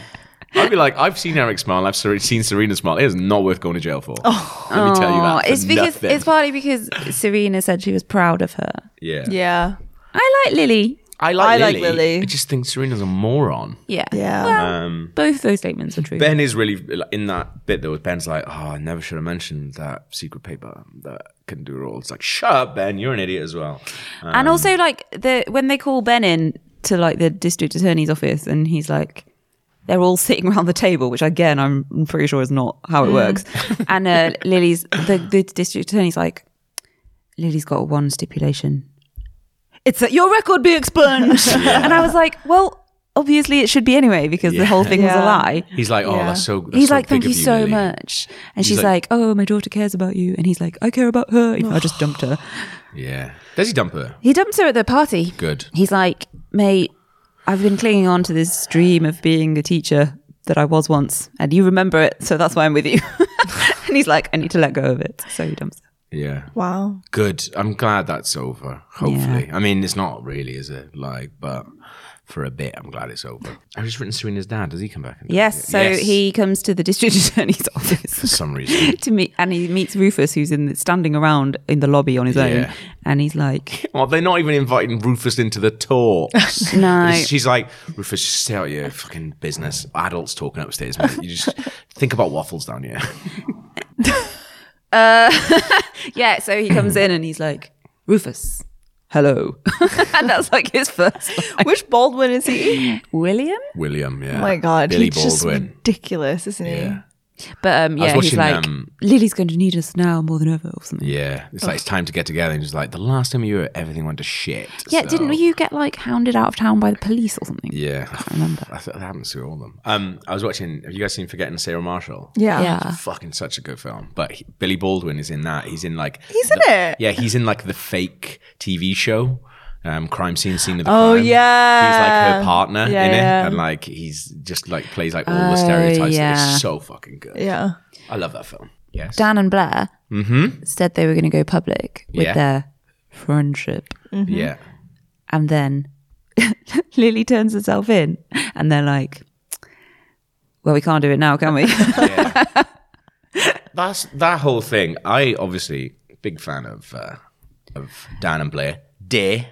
[SPEAKER 3] I'd be like, I've seen Eric smile. I've ser- seen Serena smile. It is not worth going to jail for. Let me tell you that. for
[SPEAKER 5] Oh. it's because
[SPEAKER 3] nothing.
[SPEAKER 5] it's partly because Serena said she was proud of her.
[SPEAKER 3] yeah.
[SPEAKER 4] yeah,
[SPEAKER 5] I like Lily.
[SPEAKER 3] I like
[SPEAKER 4] I like
[SPEAKER 3] Lily.
[SPEAKER 4] Lily.
[SPEAKER 3] I just think Serena's a moron.
[SPEAKER 5] Yeah.
[SPEAKER 4] Yeah.
[SPEAKER 5] Well,
[SPEAKER 3] Um,
[SPEAKER 5] both those statements are true.
[SPEAKER 3] Ben is really like, in that bit though. Ben's like, oh, I never should have mentioned that secret paper that couldn't do rules. Like, shut up, Ben. You're an idiot as well.
[SPEAKER 5] and also like the when they call Ben in to like the district attorney's office and he's like they're all sitting around the table, which again I'm pretty sure is not how it works. and uh, Lily's the, the district attorney's like, Lily's got one stipulation. It's that your record be expunged. And I was like, well, obviously it should be anyway, because the whole thing was a
[SPEAKER 4] Yeah.
[SPEAKER 5] lie.
[SPEAKER 3] He's like, oh,
[SPEAKER 4] Yeah.
[SPEAKER 3] that's so. That's
[SPEAKER 5] he's
[SPEAKER 3] so
[SPEAKER 5] like,
[SPEAKER 3] big
[SPEAKER 5] thank
[SPEAKER 3] of
[SPEAKER 5] you so
[SPEAKER 3] Lily."
[SPEAKER 5] much. And she's
[SPEAKER 3] like-
[SPEAKER 5] like, oh, my daughter cares about you. And he's like, I care about her. even though I just dumped her.
[SPEAKER 3] Yeah. Does he dump her?
[SPEAKER 5] He dumps her at the party.
[SPEAKER 3] Good.
[SPEAKER 5] He's like, mate, I've been clinging on to this dream of being a teacher that I was once, and you remember it, so that's why I'm with you. and he's like, I need to let go of it. So he dumps. her.
[SPEAKER 3] Yeah.
[SPEAKER 4] wow.
[SPEAKER 3] Good. I'm glad that's over. Hopefully. I mean, it's not really, is it? Like, but for a bit, I'm glad it's over. I've just written Serena's dad. Does he come back? and-
[SPEAKER 5] Yes. So
[SPEAKER 3] Yes.
[SPEAKER 5] he comes to the district attorney's
[SPEAKER 3] For
[SPEAKER 5] office
[SPEAKER 3] some reason.
[SPEAKER 5] to meet, and he meets Rufus, who's in standing around in the lobby on his
[SPEAKER 3] Yeah.
[SPEAKER 5] own, and he's like,
[SPEAKER 3] Oh, they're not even inviting Rufus into the talks.
[SPEAKER 5] No.
[SPEAKER 3] She's- She's like, Rufus, just stay out of your fucking business. Adults talking upstairs, mate. You just think about waffles down here.
[SPEAKER 5] yeah. So he comes in and he's like, Rufus, hello, and that's like his first. line.
[SPEAKER 4] Which Baldwin is he?
[SPEAKER 5] William.
[SPEAKER 3] William, yeah.
[SPEAKER 4] Oh my God,
[SPEAKER 3] Billy
[SPEAKER 4] he's just
[SPEAKER 3] Baldwin.
[SPEAKER 4] ridiculous, isn't he?
[SPEAKER 3] Yeah.
[SPEAKER 5] But um,
[SPEAKER 3] was
[SPEAKER 5] yeah, he's
[SPEAKER 3] watching,
[SPEAKER 5] like,
[SPEAKER 3] um,
[SPEAKER 5] Lily's going to need us now more than ever, or something.
[SPEAKER 3] Yeah. It's like, it's time to get together. And he's like, the last time you were, everything went to shit.
[SPEAKER 5] Yeah,
[SPEAKER 3] So-
[SPEAKER 5] didn't you get like hounded out of town by the police or something?
[SPEAKER 3] Yeah. I thought that happens to all of them. Um, I was watching, have you guys seen Forgetting Sarah Marshall?
[SPEAKER 4] Yeah.
[SPEAKER 5] Yeah.
[SPEAKER 3] Fucking such a good film, but he- Billy Baldwin is in that. He's in like
[SPEAKER 4] He's in
[SPEAKER 3] the-
[SPEAKER 4] it?
[SPEAKER 3] Yeah, he's in like the fake TV show, um, crime scene scene of the
[SPEAKER 4] Oh,
[SPEAKER 3] crime. he's like
[SPEAKER 4] yeah.
[SPEAKER 3] her partner
[SPEAKER 4] Yeah,
[SPEAKER 3] in
[SPEAKER 4] yeah. Oh,
[SPEAKER 3] it, and like he's just like plays like all the stereotypes.
[SPEAKER 5] yeah.
[SPEAKER 3] It's so fucking good.
[SPEAKER 4] Yeah.
[SPEAKER 3] I love that film. Yes,
[SPEAKER 5] Dan and Blair said they were going to go public with
[SPEAKER 3] Mm-hmm. Yeah.
[SPEAKER 5] their friendship.
[SPEAKER 3] yeah.
[SPEAKER 5] And then Lily turns herself in and they're like, well, we can't do it now, can we?
[SPEAKER 3] That's that whole thing. I obviously big fan of uh, of Dan and Blair. Dear.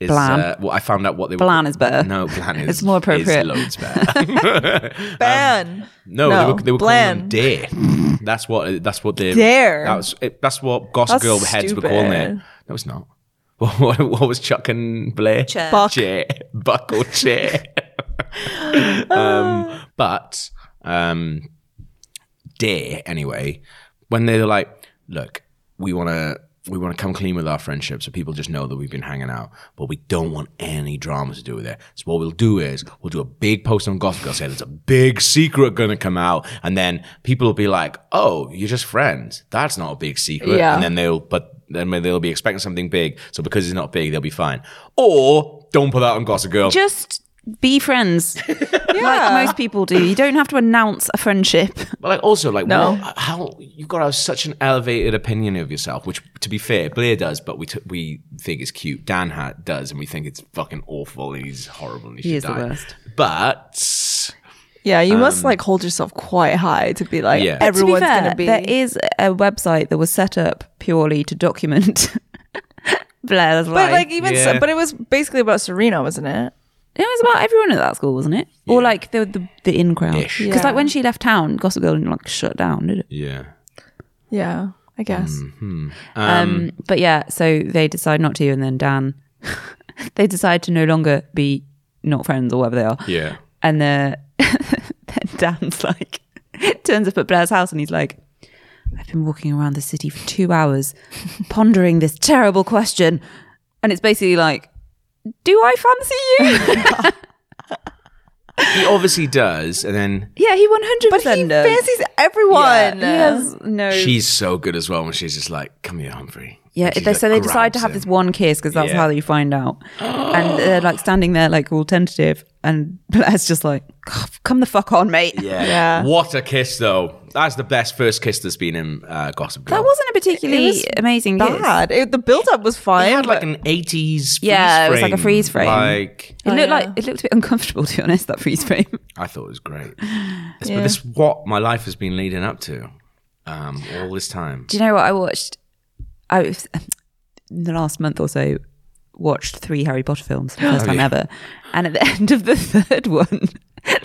[SPEAKER 3] Is,
[SPEAKER 5] Blan.
[SPEAKER 3] Uh, well, I found out what they
[SPEAKER 5] Blan
[SPEAKER 3] were.
[SPEAKER 5] is better.
[SPEAKER 3] No, Blan is.
[SPEAKER 5] It's more appropriate.
[SPEAKER 3] Is loads better.
[SPEAKER 4] Ben.
[SPEAKER 3] No,
[SPEAKER 4] No,
[SPEAKER 3] they were, they were calling them
[SPEAKER 4] Blan.
[SPEAKER 3] Dare. That's what. That's what they.
[SPEAKER 4] Dare.
[SPEAKER 3] That's it, that's what Gossip
[SPEAKER 4] That's
[SPEAKER 3] Girl heads were calling it.
[SPEAKER 4] stupid.
[SPEAKER 3] No, it's not. What, what, what was Chuck and Blair? Chair.
[SPEAKER 4] Buck.
[SPEAKER 3] Buck or chair. um, but um, Dare anyway. When they were like, look, we want to. We want to come clean with our friendship so people just know that we've been hanging out, but we don't want any drama to do with it. So what we'll do is we'll do a big post on Gossip Girl, say there's a big secret gonna come out, and then people will be like, "Oh, you're just friends. That's not a big secret."
[SPEAKER 4] Yeah.
[SPEAKER 3] And then they'll, but then they'll be expecting something big. So because it's not big, they'll be fine. Or don't put that on Gossip Girl.
[SPEAKER 5] Just be friends like most people do. You don't have to announce a friendship.
[SPEAKER 3] But like also like
[SPEAKER 4] No.
[SPEAKER 3] what- how you've got to have such an elevated opinion of yourself, which to be fair, Blair does, but we t- we think it's cute. Dan Hat does, and we think it's fucking awful and he's horrible and he, should
[SPEAKER 5] is the
[SPEAKER 3] die.
[SPEAKER 5] worst.
[SPEAKER 3] But
[SPEAKER 4] Yeah, you must like hold yourself quite high to be like
[SPEAKER 3] Um, Yeah. But to be
[SPEAKER 5] To be
[SPEAKER 4] everyone's
[SPEAKER 5] fair,
[SPEAKER 4] gonna be.
[SPEAKER 5] There is a website that was set up purely to document Blair's
[SPEAKER 4] But
[SPEAKER 5] life.
[SPEAKER 4] like even
[SPEAKER 3] Yeah.
[SPEAKER 4] so, but it was basically about Serena, wasn't it?
[SPEAKER 5] it was about everyone at that school, wasn't it? Or like the the, the in crowd.
[SPEAKER 3] Ish.
[SPEAKER 5] Because
[SPEAKER 4] Yeah.
[SPEAKER 5] like when she left town, Gossip Girl didn't like shut down, did it?
[SPEAKER 3] Yeah.
[SPEAKER 4] Yeah, I guess.
[SPEAKER 3] Hmm.
[SPEAKER 5] Um, but yeah, so they decide not to, and then Dan, they decide to no longer be not friends or whatever they are.
[SPEAKER 3] Yeah.
[SPEAKER 5] And uh, then Dan's like, turns up at Blair's house and he's like, I've been walking around the city for two hours pondering this terrible question. And it's basically like, do I fancy you?
[SPEAKER 3] He obviously does, and then
[SPEAKER 5] yeah, he 100%
[SPEAKER 4] But he
[SPEAKER 5] does.
[SPEAKER 4] fancies everyone.
[SPEAKER 5] Yeah, he has no.
[SPEAKER 3] she's so good as well when she's just like, "Come here, Humphrey."
[SPEAKER 5] Yeah,
[SPEAKER 3] And she,
[SPEAKER 5] they,
[SPEAKER 3] like,
[SPEAKER 5] so they decide to
[SPEAKER 3] grabs
[SPEAKER 5] have
[SPEAKER 3] him.
[SPEAKER 5] this one kiss because that's
[SPEAKER 3] Yeah.
[SPEAKER 5] how you find out. and they're like standing there, like all tentative, and Blair's just like, "God, "Come the fuck on, mate."
[SPEAKER 3] Yeah.
[SPEAKER 4] Yeah.
[SPEAKER 3] What a kiss, though. That's the best first kiss that's been in uh, Gossip Girl.
[SPEAKER 5] That wasn't a particularly
[SPEAKER 4] It was
[SPEAKER 5] amazing kiss.
[SPEAKER 4] bad. It, the build up was
[SPEAKER 3] It
[SPEAKER 4] fine.
[SPEAKER 3] had like
[SPEAKER 4] but-
[SPEAKER 3] an 80s freeze
[SPEAKER 5] Yeah, it was like
[SPEAKER 3] frame.
[SPEAKER 5] a freeze frame.
[SPEAKER 3] Like,
[SPEAKER 5] It
[SPEAKER 4] Oh,
[SPEAKER 5] looked like
[SPEAKER 4] yeah.
[SPEAKER 5] it looked a bit uncomfortable, to be honest. That freeze frame.
[SPEAKER 3] I thought it was great. It's, But this what my life has been leading up to um, all this time.
[SPEAKER 5] Do you know what I watched? I was- in the last month or so watched three Harry Potter films for the first time ever, and at the end of the third one.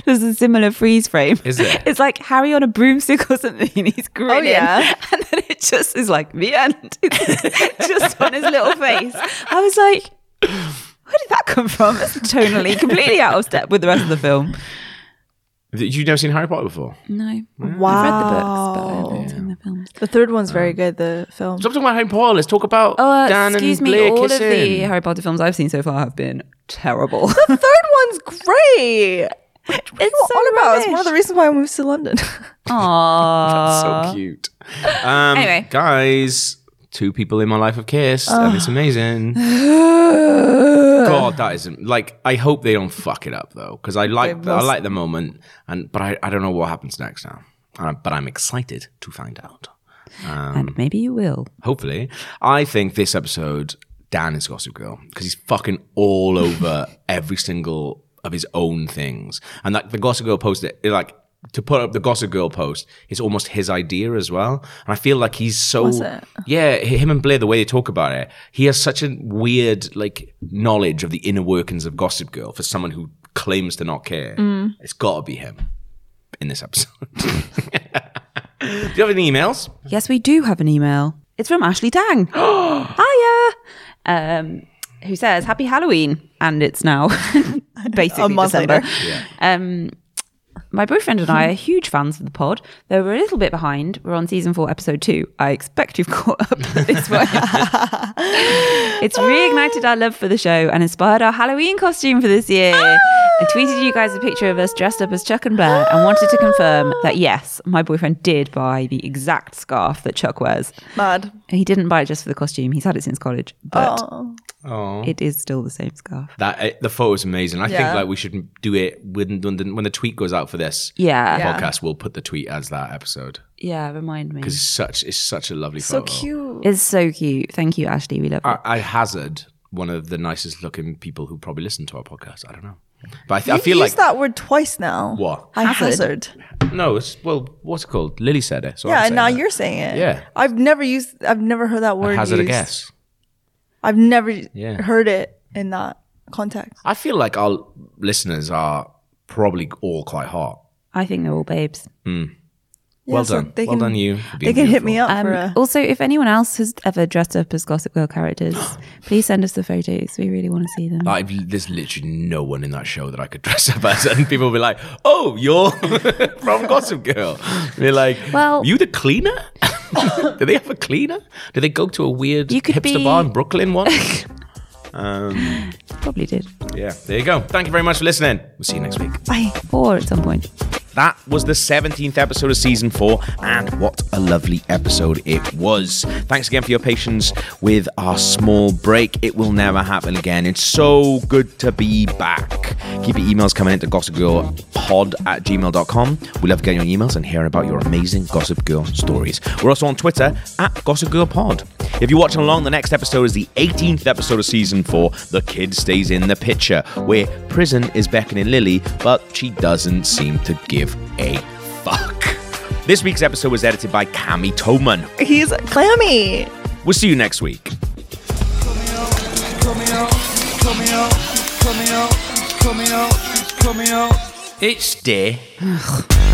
[SPEAKER 5] There's a similar freeze frame.
[SPEAKER 3] Is there?
[SPEAKER 5] It's like Harry on a broomstick or something, and he's grinning.
[SPEAKER 4] yeah.
[SPEAKER 5] And then it just is like the end. It's just on his little face. I was like, where did that come from? It's tonally completely out of step with the rest of the film.
[SPEAKER 3] You've never seen Harry Potter before?
[SPEAKER 5] No, Oh.
[SPEAKER 4] wow.
[SPEAKER 5] I've read the books, but I haven't seen the films.
[SPEAKER 4] The third one's
[SPEAKER 3] Um,
[SPEAKER 4] very good. The film.
[SPEAKER 3] Stop talking about Harry Potter. Let's talk about
[SPEAKER 5] Oh, uh,
[SPEAKER 3] Dan
[SPEAKER 5] excuse
[SPEAKER 3] and
[SPEAKER 5] me.
[SPEAKER 3] Blair
[SPEAKER 5] all
[SPEAKER 3] kissing.
[SPEAKER 5] of the Harry Potter films I've seen so far have been terrible.
[SPEAKER 4] The third one's great.
[SPEAKER 5] it's so
[SPEAKER 4] All about. It's one
[SPEAKER 5] rubbish.
[SPEAKER 4] of the reasons why I moved to London.
[SPEAKER 5] Aw.
[SPEAKER 3] so cute. Um,
[SPEAKER 5] Anyway.
[SPEAKER 3] Guys, two people in my life have kissed, and it's amazing. God, that isn't like. I hope they don't fuck it up though, because I like I like the moment, and but I, I don't know what happens next now. Uh, but I'm excited to find out.
[SPEAKER 5] and maybe you will.
[SPEAKER 3] Hopefully, I think this episode Dan is Gossip Girl because he's fucking all over every single of his own things, and like the Gossip Girl post, it- like to put up the Gossip Girl post, it's almost his idea as well, and I feel like he's so
[SPEAKER 4] it?
[SPEAKER 3] yeah, h- him and Blair the way they talk about it, he has such a weird like knowledge of the inner workings of Gossip Girl for someone who claims to not care. It's got to be him in this episode. Do you have any emails?
[SPEAKER 5] Yes, we do have an email. It's from Ashley Dang. Hiya. Um, who says, Happy Halloween. And it's now basically
[SPEAKER 4] A month
[SPEAKER 5] December.
[SPEAKER 4] later.
[SPEAKER 5] Um, my boyfriend and I are huge fans of the pod, though we're a little bit behind. We're on season four, episode two. I expect you've caught up at this point. it's reignited our love for the show and inspired our Halloween costume for this year. I tweeted you guys a picture of us dressed up as Chuck and Blair and wanted to confirm that yes, my boyfriend did buy the exact scarf that Chuck wears.
[SPEAKER 4] Mad.
[SPEAKER 5] He didn't buy it just for the costume, he's had it since college, but
[SPEAKER 4] Oh.
[SPEAKER 3] Oh.
[SPEAKER 5] it is still the same scarf.
[SPEAKER 3] That uh, the photo is amazing. I think
[SPEAKER 4] Yeah.
[SPEAKER 3] like we should do it when when the, when the tweet goes out for this
[SPEAKER 5] Yeah. Yeah,
[SPEAKER 4] Yeah.
[SPEAKER 3] podcast. We'll put the tweet as that episode
[SPEAKER 5] remind me.
[SPEAKER 3] because it's such it's such a lovely
[SPEAKER 4] So
[SPEAKER 3] photo.
[SPEAKER 4] cute.
[SPEAKER 5] It's so cute. Thank you, Ashley. We love it.
[SPEAKER 3] I, I hazard one of the nicest looking people who probably listen to our podcast. I don't know, but I, th- I
[SPEAKER 4] You've
[SPEAKER 3] feel like
[SPEAKER 4] used that word twice now.
[SPEAKER 3] What?
[SPEAKER 4] I hazard.
[SPEAKER 3] no. It's, well, what's it called? Lily said it. So I'm
[SPEAKER 4] Yeah,
[SPEAKER 3] saying
[SPEAKER 4] and now
[SPEAKER 3] it.
[SPEAKER 4] you're saying it.
[SPEAKER 3] Yeah.
[SPEAKER 4] I've never used. I've never heard that word.
[SPEAKER 3] I hazard
[SPEAKER 4] used.
[SPEAKER 3] a guess.
[SPEAKER 4] I've never
[SPEAKER 3] Yeah.
[SPEAKER 4] heard it in that context.
[SPEAKER 3] I feel like our listeners are probably all quite hot.
[SPEAKER 5] I think they're all babes.
[SPEAKER 3] well
[SPEAKER 4] Yeah, so
[SPEAKER 3] done,
[SPEAKER 4] they
[SPEAKER 3] well
[SPEAKER 4] can-
[SPEAKER 3] done you. for
[SPEAKER 4] They
[SPEAKER 3] being
[SPEAKER 4] can
[SPEAKER 3] beautiful.
[SPEAKER 4] hit me up for
[SPEAKER 5] Um,
[SPEAKER 4] a.
[SPEAKER 5] also, if anyone else has ever dressed up as Gossip Girl characters, please send us the photos. We really want to see them.
[SPEAKER 3] Like, there's literally no one in that show that I could dress up as, and people will be like, "Oh, you're from Gossip Girl." They're like,
[SPEAKER 5] Well-
[SPEAKER 3] you the cleaner? Do they have a cleaner? Do they go to a weird
[SPEAKER 5] You could
[SPEAKER 3] hipster
[SPEAKER 5] be-
[SPEAKER 3] bar in Brooklyn once? um,
[SPEAKER 5] Probably did.
[SPEAKER 3] yeah, there you go. Thank you very much for listening. We'll see you next week.
[SPEAKER 4] Bye.
[SPEAKER 5] Or at some point.
[SPEAKER 1] That was the 17th episode of season four, and what a lovely episode it was. Thanks again for your patience with our small break. It will never happen again. It's so good to be back. Keep your emails coming into gossipgirlpod at gmail.com. We love getting your emails and hearing about your amazing Gossip Girl stories. We're also on Twitter at Gossip Girl Pod. If you're watching along, the next episode is the 18th episode of season four, The Kid Stays in the Picture, where prison is beckoning Lily, but she doesn't seem to give a fuck. This week's episode was edited by Cami Toman.
[SPEAKER 4] He's clammy.
[SPEAKER 1] We'll see you next week.
[SPEAKER 6] Put me on
[SPEAKER 3] It's day.